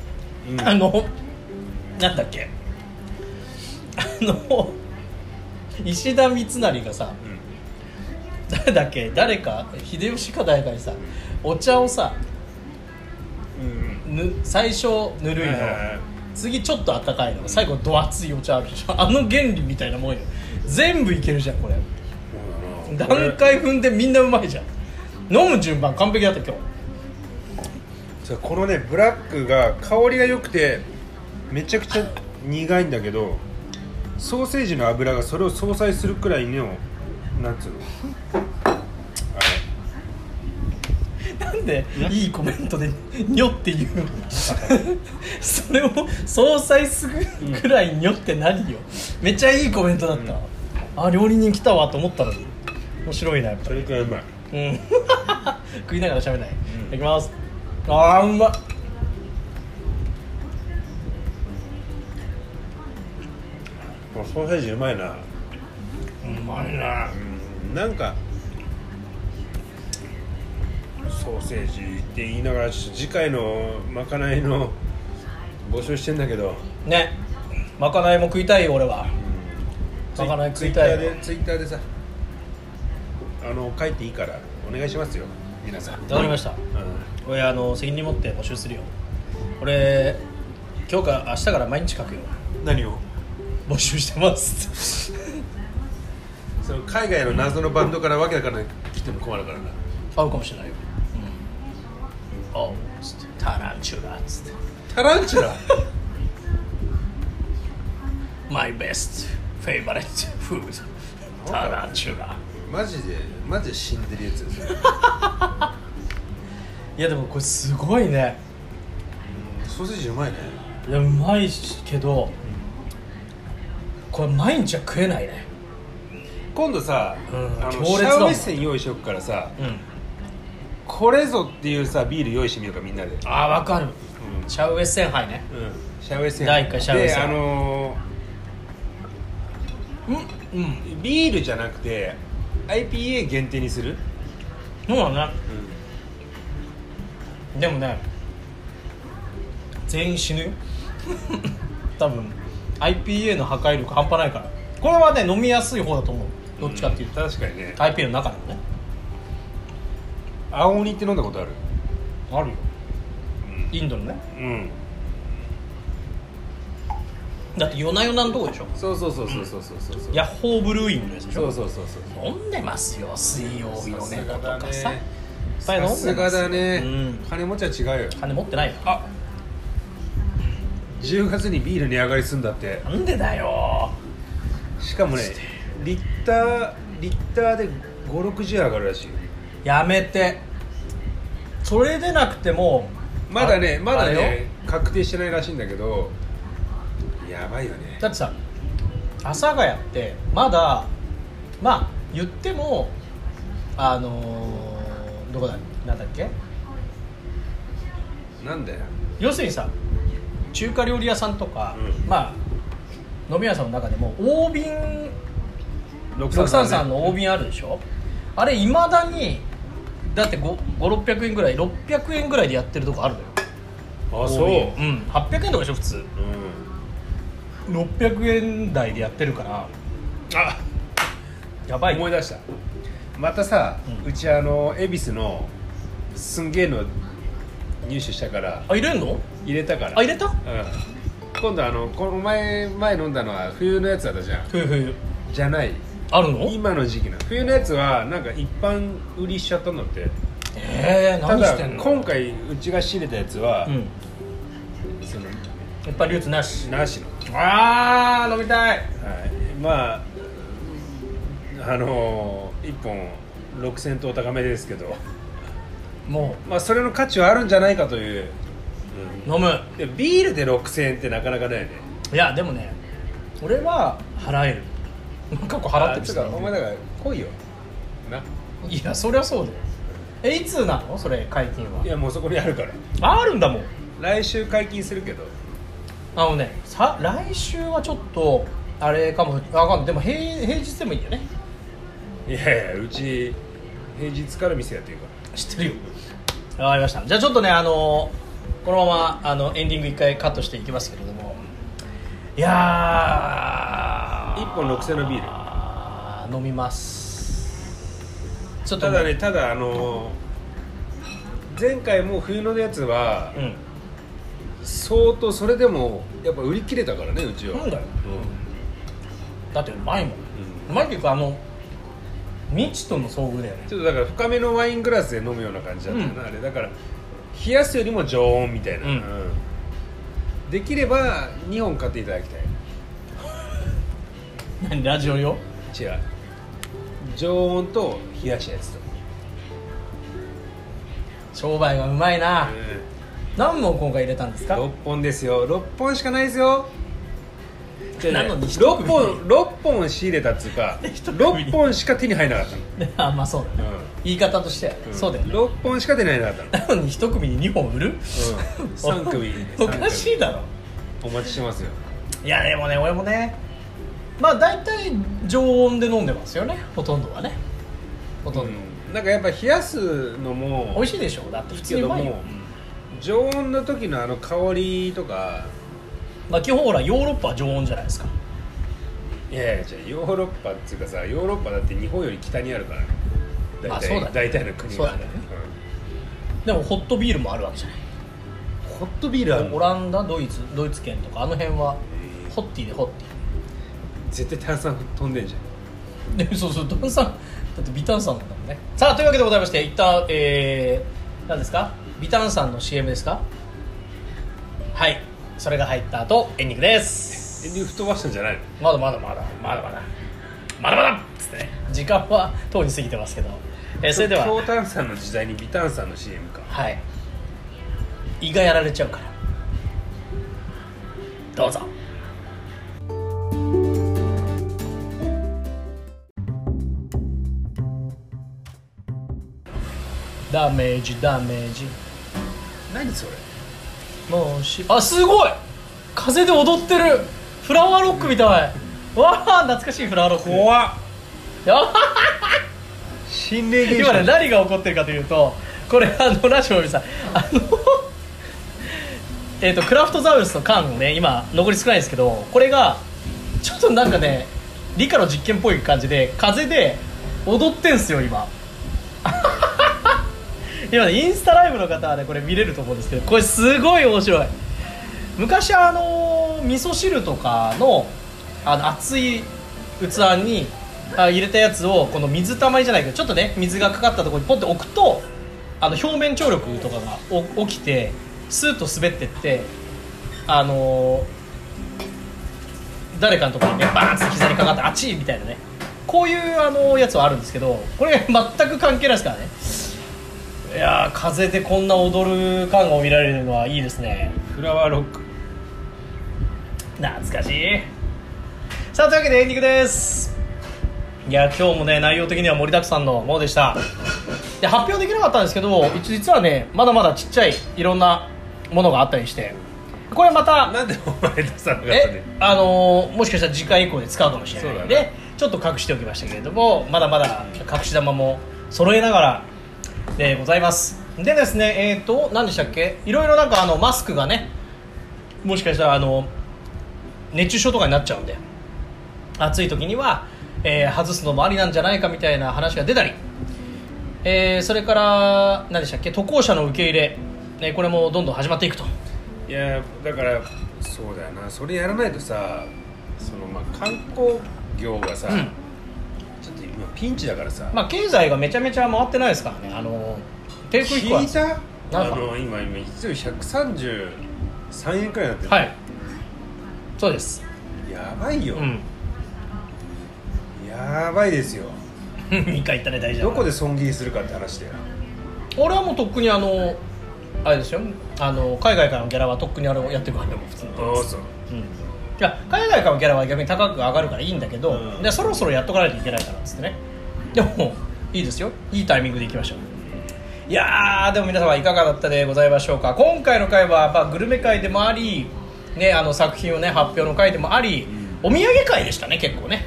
Speaker 2: うん
Speaker 1: あのなんだっけあの石田三成がさ
Speaker 2: うん
Speaker 1: 誰だっけ誰か秀吉か誰かにさお茶をさ
Speaker 2: うん
Speaker 1: ぬ最初ぬるいの、
Speaker 2: はいはいはい
Speaker 1: 次ちょっと温かいの最後ド熱いお茶あるでしょあの原理みたいなもんよ全部いけるじゃんこれ
Speaker 2: そうだな
Speaker 1: 段階踏んでみんなうまいじゃん飲む順番完璧だった今日
Speaker 2: そうこのねブラックが香りが良くてめちゃくちゃ苦いんだけどソーセージの油がそれを相殺するくらいのなんつうのあ
Speaker 1: なんでいいコメントで「にょ」って言うの それを相殺するくらい「にょ」って何よめっちゃいいコメントだった、あ料理人来たわと思ったのに面白いなやっぱり
Speaker 2: れそれくらいうまい
Speaker 1: うん 食いながら喋んない、いただきますあーうまっ
Speaker 2: もうソーセージうまいな
Speaker 1: うまいな
Speaker 2: うんなんかソーセージって言いながらちょっと次回のまかないの募集してんだけど
Speaker 1: ねまかないも食いたいよ俺は
Speaker 2: ツイ
Speaker 1: まかない食いたいよ
Speaker 2: ツイッターでツイッターでさあの書いていいからお願いしますよ皆さん
Speaker 1: わかりました
Speaker 2: う
Speaker 1: 俺あの責任持って募集するよ俺今日か明日から毎日書くよ
Speaker 2: ん何を
Speaker 1: 募集してます
Speaker 2: その海外の謎のバンドからわけだから来ても困るからな
Speaker 1: 合うかもしれないよ、うん、おうつってタランチュラっつって
Speaker 2: タランチュラ
Speaker 1: マイベストフェイバレットフードタランチュラ
Speaker 2: マジでマジで死んでるやつですよ
Speaker 1: いやでもこれすごいね
Speaker 2: ソーセージうまいね
Speaker 1: いやうまいしけどこれ毎日は食えないね
Speaker 2: 今度さ、
Speaker 1: うん
Speaker 2: あの
Speaker 1: 強
Speaker 2: シ
Speaker 1: 烈だ
Speaker 2: ャ
Speaker 1: も
Speaker 2: ウエ
Speaker 1: ん
Speaker 2: ッセン用意しよっからさ
Speaker 1: うん
Speaker 2: これぞっていうさビール用意してみようかみんなでうん
Speaker 1: ああわかるシャウエッセンハイね
Speaker 2: シャウエッセン
Speaker 1: 第一回シャウエッセン
Speaker 2: であの
Speaker 1: うんうん
Speaker 2: ービールじゃなくて IPA 限定にする、
Speaker 1: そうだねでもね全員死 ぬよ多分 IPA の破壊力半端ないからこれはね飲みやすい方だと思うどっちかっていうと、
Speaker 2: 確かにね
Speaker 1: IPA の中でもね
Speaker 2: 青鬼って飲んだことある
Speaker 1: あるよインドのね
Speaker 2: うん
Speaker 1: だって夜な夜なのとこでしょ
Speaker 2: そうそうそうそうそうそうそうそう
Speaker 1: ヤッホーブルーイングのやつでし
Speaker 2: そ
Speaker 1: ょ
Speaker 2: うそうそうそう
Speaker 1: 飲んでますよ水曜日の猫とかさいっぱい飲んでま
Speaker 2: さ
Speaker 1: す
Speaker 2: すがだね、
Speaker 1: うん
Speaker 2: 金持ちは違うよ
Speaker 1: 金持ってないよあ
Speaker 2: 10月にビール値上がりするんだって
Speaker 1: なんでだよ
Speaker 2: しかもねリッターリッターで560上がるらしいよ
Speaker 1: やめてそれでなくても
Speaker 2: まだね
Speaker 1: あ
Speaker 2: まだ
Speaker 1: あれよ
Speaker 2: ね確定してないらしいんだけどやばいよね
Speaker 1: だってさ阿佐ヶ谷ってまだまあ言ってもあのーどこだなんだっけ
Speaker 2: なんだよ
Speaker 1: 要するにさ中華料理屋さんとか、
Speaker 2: うん
Speaker 1: まあ飲み屋さんの中でも大瓶
Speaker 2: 633
Speaker 1: 633の大瓶あるでしょあれいまだにだって5600円ぐらい600円ぐらいでやってるとこあるのよ
Speaker 2: あそ
Speaker 1: 大
Speaker 2: う、うん
Speaker 1: 瓶うん800円とかでしょ普通600円台でやってるから
Speaker 2: あ
Speaker 1: やばい
Speaker 2: 思い出したまたさ、うちあの恵比寿のすんげえの入手したから
Speaker 1: あ入れんの
Speaker 2: 入れたから
Speaker 1: あ入れた
Speaker 2: うん、今度あのこの前前飲んだのは冬のやつだったじゃん
Speaker 1: ふいふい
Speaker 2: じゃない
Speaker 1: あるの
Speaker 2: 今の時期なの冬のやつはなんか一般売りしちゃったんだって
Speaker 1: ええ
Speaker 2: た
Speaker 1: 何
Speaker 2: だ
Speaker 1: してんの
Speaker 2: 今回うちが仕入れたやつは、
Speaker 1: うん
Speaker 2: その
Speaker 1: やっぱり流通なし
Speaker 2: なしの
Speaker 1: あー飲みたい
Speaker 2: はい、まああのー、1本6000とお高めですけど、
Speaker 1: も
Speaker 2: まあ、それの価値はあるんじゃないかという、
Speaker 1: う飲む
Speaker 2: うんでビールで6000円ってなかなかないね
Speaker 1: いやでもね俺は払える過去払ってる
Speaker 2: つ
Speaker 1: し
Speaker 2: うかお前だから来いよない
Speaker 1: やそりゃそうだよえいつなのそれ解禁はい
Speaker 2: やもうそこにあるから
Speaker 1: あるんだもん
Speaker 2: 来週解禁するけど
Speaker 1: あのねさ来週はちょっとあれかもあわかんないでも平平日でもいいんだよね
Speaker 2: いやいやうち平日から店やってるか
Speaker 1: 知ってるよわかりましたじゃあちょっとねあのこのままあのエンディング一回カットしていきますけれどもいや
Speaker 2: ら
Speaker 1: ー
Speaker 2: 1本6000のビール
Speaker 1: あー飲みますちょっと
Speaker 2: ただねただあのー前回もう冬のやつは
Speaker 1: うん
Speaker 2: 相当それでもやっぱ売り切れたからねうちは
Speaker 1: なんだよ
Speaker 2: う
Speaker 1: だってうまいもんうまいっていうかあの未知との遭遇だよね
Speaker 2: んちょっとだから深めのワイングラスで飲むような感じだったよな、あれだから冷やすよりも常温みたいな、
Speaker 1: うん
Speaker 2: うんできれば2本買っていただきたい
Speaker 1: 何ラジオ用
Speaker 2: 違う常温と冷やしたやつと、
Speaker 1: 商売がうまいな、
Speaker 2: う
Speaker 1: 何本今回入れたんですか
Speaker 2: 6本ですよ6本しかないですよじゃあ
Speaker 1: な
Speaker 2: ね
Speaker 1: のに一
Speaker 2: 6
Speaker 1: 組
Speaker 2: 本六本仕入れたっつう か
Speaker 1: 一組
Speaker 2: 6本しか手に入らなかったの、
Speaker 1: あまあそうだね言い方としてはね、
Speaker 2: うん
Speaker 1: そうだよね
Speaker 2: 6本しか手に入らなかったの
Speaker 1: なのに一組に2本売る、
Speaker 2: うん3組
Speaker 1: おかしいだろ
Speaker 2: お待ちしてますよ
Speaker 1: いやでもね俺もねまあ大体常温で飲んでますよねほとんどはねほとんど、
Speaker 2: うんなんかやっぱ冷やすのも
Speaker 1: 美味しいでしょだって普通にうまい
Speaker 2: け
Speaker 1: よ
Speaker 2: ども常温の時のあの香りとか
Speaker 1: まあ基本ほらヨーロッパは常温じゃないですか
Speaker 2: いやいやじゃあヨーロッパっていうかさヨーロッパだって日本より北にあるからね大体,、
Speaker 1: まあそうだね
Speaker 2: 大体の国は
Speaker 1: そうだねでもホットビールもあるわけじゃない
Speaker 2: うんホットビールある
Speaker 1: オランダドイツドイツ圏とかあの辺はホッティでホッテ
Speaker 2: 絶対炭酸飛んでんじ
Speaker 1: ィでそうそう炭酸だって微炭酸なんだもんねさあというわけでございまして一旦えー、何ですか微炭酸の CM ですかはいそれが入った後エンディングです
Speaker 2: ゃんエンディング吹っ飛ばしたんじゃないの
Speaker 1: まだまだまだまだまだまだまだっつってね時間はとうに過ぎてますけど、えーそれでは
Speaker 2: 強炭酸の時代に微炭酸の CM か
Speaker 1: はい胃がやられちゃうからどうぞダメージダメージ
Speaker 2: 何それ
Speaker 1: もうしあすごい風で踊ってるフラワーロックみたいわあ懐かしいフラワーロック
Speaker 2: 怖っ
Speaker 1: やば
Speaker 2: 心霊現象
Speaker 1: 今ね何が起こってるかというとこれあのラジオのさんあのえっとクラフトザウルスの缶をね今残り少ないですけどこれがちょっとなんかね理科の実験っぽい感じで風で踊ってんすよ今 今ねインスタライブの方はねこれ見れると思うんですけどこれすごい面白い昔あの味噌汁とかのあの熱い器にあ入れたやつをこの水たまりじゃないけどちょっとね水がかかったところにポンって置くとあの表面張力とかがお起きてスーッと滑ってってあの誰かのところにねバーンって膝にかかってあっちみたいなねこういうあのやつはあるんですけどこれ全く関係ないですからねいやー風でこんな踊る感が見られるのはいいですね
Speaker 2: フラワーロック
Speaker 1: 懐かしいさあというわけでエンディングですいや今日もね内容的には盛りだくさんのものでしたで発表できなかったんですけど一実はねまだまだちっちゃいいろんなものがあったりして
Speaker 4: これまた
Speaker 2: なんでお前出さなかった
Speaker 4: え
Speaker 2: ね
Speaker 1: あのーもしかしたら次回以降で使うかもしれないん
Speaker 2: そうだ
Speaker 1: でちょっと隠しておきましたけれどもまだまだ隠し玉も揃えながらでございますでですねえっ、と何でしたっけいろいろなんかあのマスクがねもしかしたらあの熱中症とかになっちゃうんで暑い時には、えー外すのもありなんじゃないかみたいな話が出たり、えーそれから何でしたっけ渡航者の受け入れ、ね、これもどんどん始まっていくと
Speaker 2: いやだからそうだよなそれやらないとさそのまあ観光業がさ、
Speaker 1: うん
Speaker 2: ちょっと今ピンチだからさ、
Speaker 1: まあ、経済がめちゃめちゃ回ってないですからね、あのテイク1個は
Speaker 2: 聞いたあ
Speaker 1: なんか
Speaker 2: の今今一時133円くらいになってる、
Speaker 1: はい、そうです、
Speaker 2: やばいよ、
Speaker 1: うん、
Speaker 2: やばいですよ
Speaker 1: 2回行ったね、大事
Speaker 2: どこで損切りするかって話だよ
Speaker 1: 俺はもうとっくにあの、あれですよ、あの海外からのギャラはとっくにあれをやってくから、もう普通に、
Speaker 2: どうぞ
Speaker 1: うん、いや海外からのギャラは逆に高く上がるからいいんだけど、
Speaker 2: うん
Speaker 1: でそろそろやっとかないといけないからっつってね、でも、いいですよ、いいタイミングで行きましょう。いやーでも皆様いかがだったでございましょうか今回の回は、まあ、グルメ会でもあり、ね、あの作品を、ね、発表の回でもあり、お土産会でしたね結構ね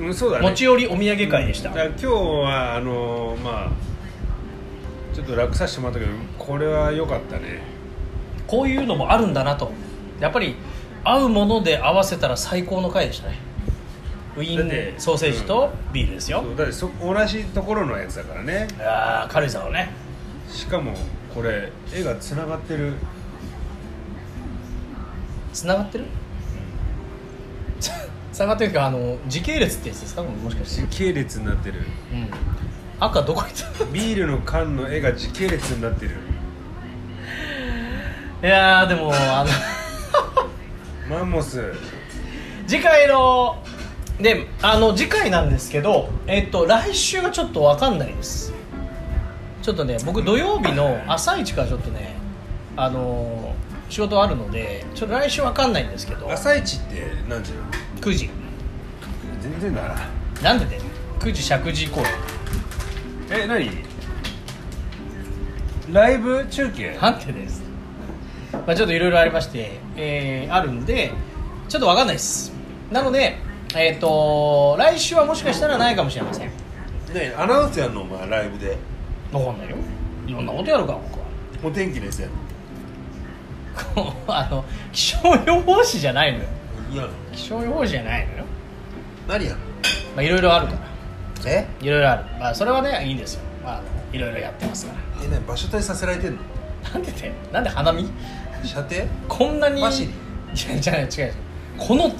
Speaker 2: うんそうだね
Speaker 1: 持ち寄りお土産会でした、
Speaker 2: だから今日はあのまあちょっと楽させてもらったけどこれは良かったね
Speaker 1: こういうのもあるんだなとやっぱり合うもので合わせたら最高の回でしたねウィ
Speaker 2: だって
Speaker 1: ーンソーセージとビールですよ、
Speaker 2: そうだってそ同じところのやつだからね
Speaker 1: いやー軽井沢のね
Speaker 2: しかもこれ絵がつながってる
Speaker 1: つながってる つながってるけどあの時系列ってやつですかもしかして、
Speaker 2: 時系列になってる
Speaker 1: うん、赤どこ行った
Speaker 2: ビールの缶の絵が時系列になってる
Speaker 1: いやーでもあの
Speaker 2: マンモス
Speaker 1: 次回のであの次回なんですけどえっと来週がちょっとわかんないですちょっとね僕土曜日の朝一からちょっとねあのー仕事あるのでちょっと来週わかんないんですけど
Speaker 2: 朝一って何時なの
Speaker 1: 9時
Speaker 2: 全然だな
Speaker 1: なんでだよ9時100時以降
Speaker 2: え何ライブ中継
Speaker 1: なんでです、まあ、ちょっといろいろありまして、えーあるんでちょっとわかんないですなのでえっ、と来週はもしかしたらないかもしれません
Speaker 2: ねアナウンスやんのお前ライブで
Speaker 1: わかんないよいろんなことやるから僕は
Speaker 2: お天気ですやん
Speaker 1: こう あの気象予報士じゃないのよ
Speaker 2: いや
Speaker 1: 気象予報士じゃないのよ
Speaker 2: 何やん
Speaker 1: まあいろいろあるから
Speaker 2: え
Speaker 1: いろいろあるまあそれはねいいんですよまああのいろいろやってますか
Speaker 2: え何場所対させられてんの
Speaker 1: らなんでだよなんで花見
Speaker 2: 射程
Speaker 1: こんなに
Speaker 2: マシリ
Speaker 1: 違う違う違う違うこの梅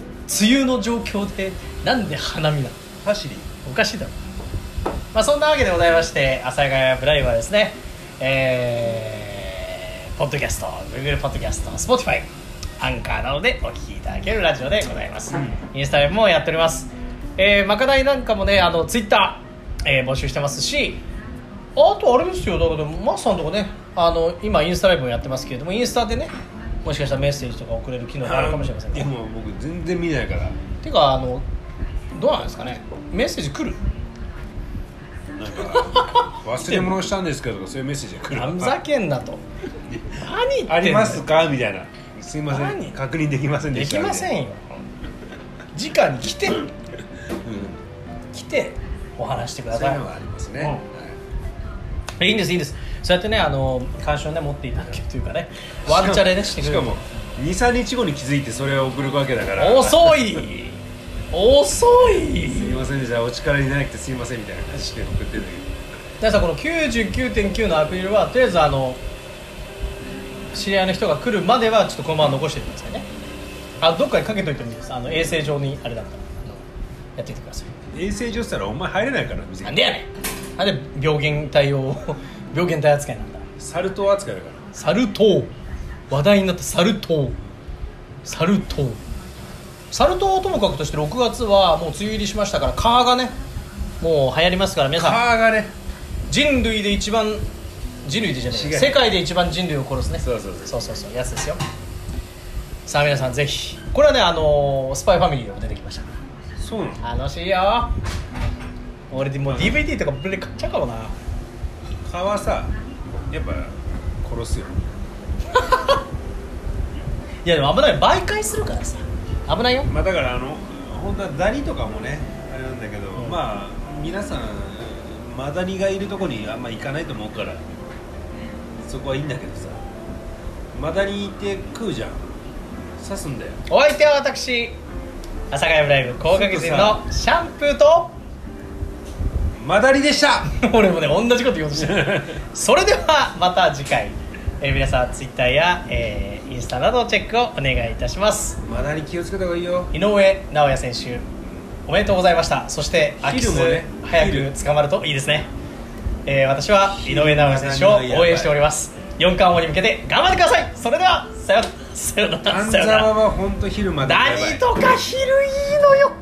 Speaker 1: 雨の状況でなんで花見なの
Speaker 2: パシリ
Speaker 1: おかしいだろまあそんなわけでございまして「阿佐ヶ谷ブライブ」はですねえーポッドキャスト Google ポッドキャスト Spotify アンカーなどでお聞きいただけるラジオでございますインスタライブもやっております、えー、まかないなんかもねあの Twitter、えー募集してますしあとあれですよだからマスさんとかねあの今インスタライブもやってますけれどもインスタでねもしかしたらメッセージとか送れる機能があるかもしれませんね
Speaker 2: でも僕全然見ないから
Speaker 1: ていうかあのどうなんですかねメッセージ来る
Speaker 2: なんか忘れ物したんですけどとかそういうメッセージが来る
Speaker 1: あふざけんなと何言ってんの
Speaker 2: ありますかみたいなすいませ
Speaker 1: 何
Speaker 2: ん確認できませんで
Speaker 1: で
Speaker 2: し
Speaker 1: き
Speaker 2: た
Speaker 1: ませ
Speaker 2: み
Speaker 1: んよ直に来て
Speaker 2: たいなうん
Speaker 1: 来てお話してくだ
Speaker 2: そう
Speaker 1: さ
Speaker 2: い
Speaker 1: いう
Speaker 2: のはありますね、
Speaker 1: うん
Speaker 2: はい
Speaker 1: いいんですいいんですそうやってねあの関心をね持っていただけるというかねワンチャレねしてくれ
Speaker 2: し
Speaker 1: る
Speaker 2: かも23日後に気づいてそれを送るわけだから
Speaker 1: 遅い遅い
Speaker 2: すいませんでしたお力になれなくてすいませんみたいな感じで送ってるんだ
Speaker 1: 皆さんこの99.9のアクリルはとりあえずあの知り合いの人が来るまではちょっとこのまま残しておいてくださいねあどっかにかけといてもいいですあの衛生上にあれだったらあのやっていてください
Speaker 2: けど衛生上したらお前入れないから店
Speaker 1: なんでやねんなんで病原体を 病原体扱いなんだ
Speaker 2: サル痘扱いだから
Speaker 1: サル痘話題になったサル痘サル痘サル痘をともかくとして6月はもう梅雨入りしましたから蚊がねもう流行りますから皆さん
Speaker 2: 蚊がね
Speaker 1: 人類で一番人類でじゃない
Speaker 2: 違う
Speaker 1: 世界で一番人類を殺すね
Speaker 2: そうそうそう
Speaker 1: そうそうそうやつですよさあ皆さんぜひこれはねあのースパイファミリーでも出てきました
Speaker 2: そうなの
Speaker 1: 楽しいよ俺でもう DVD とかブレ買っちゃうかもな
Speaker 2: 蚊はさやっぱ殺すよ
Speaker 1: いやでも危ない媒介するからさ危ないよ
Speaker 2: まあだからあの本当はダニとかもねあれなんだけど、まあ皆さんマダニがいるとこにあんま行かないと思うからそこはいいんだけどさマダニって食うじゃん刺すんだよ
Speaker 1: お相手は私阿佐ヶ谷ブライブ高確人のシャンプーと
Speaker 2: マダニでした
Speaker 1: 俺もね同じこと言おうとしてる それではまた次回、えー皆さんツイッターや、えーインスタなどのチェックをお願いいたします
Speaker 2: マダニ気をつけた方がいいよ
Speaker 1: 井上尚弥選手おめでとうございましたそして空き
Speaker 2: 昼
Speaker 1: 巣、
Speaker 2: もね
Speaker 1: 早
Speaker 2: 昼
Speaker 1: く捕まるといいですね、えー私は井上尚弥選手を応援しております四冠王に向けて頑張ってくださいそれ ではさよならさよなら
Speaker 2: 丹
Speaker 1: さよな
Speaker 2: 沢
Speaker 1: ら
Speaker 2: は本当昼まで
Speaker 1: ダニとか昼いいのよ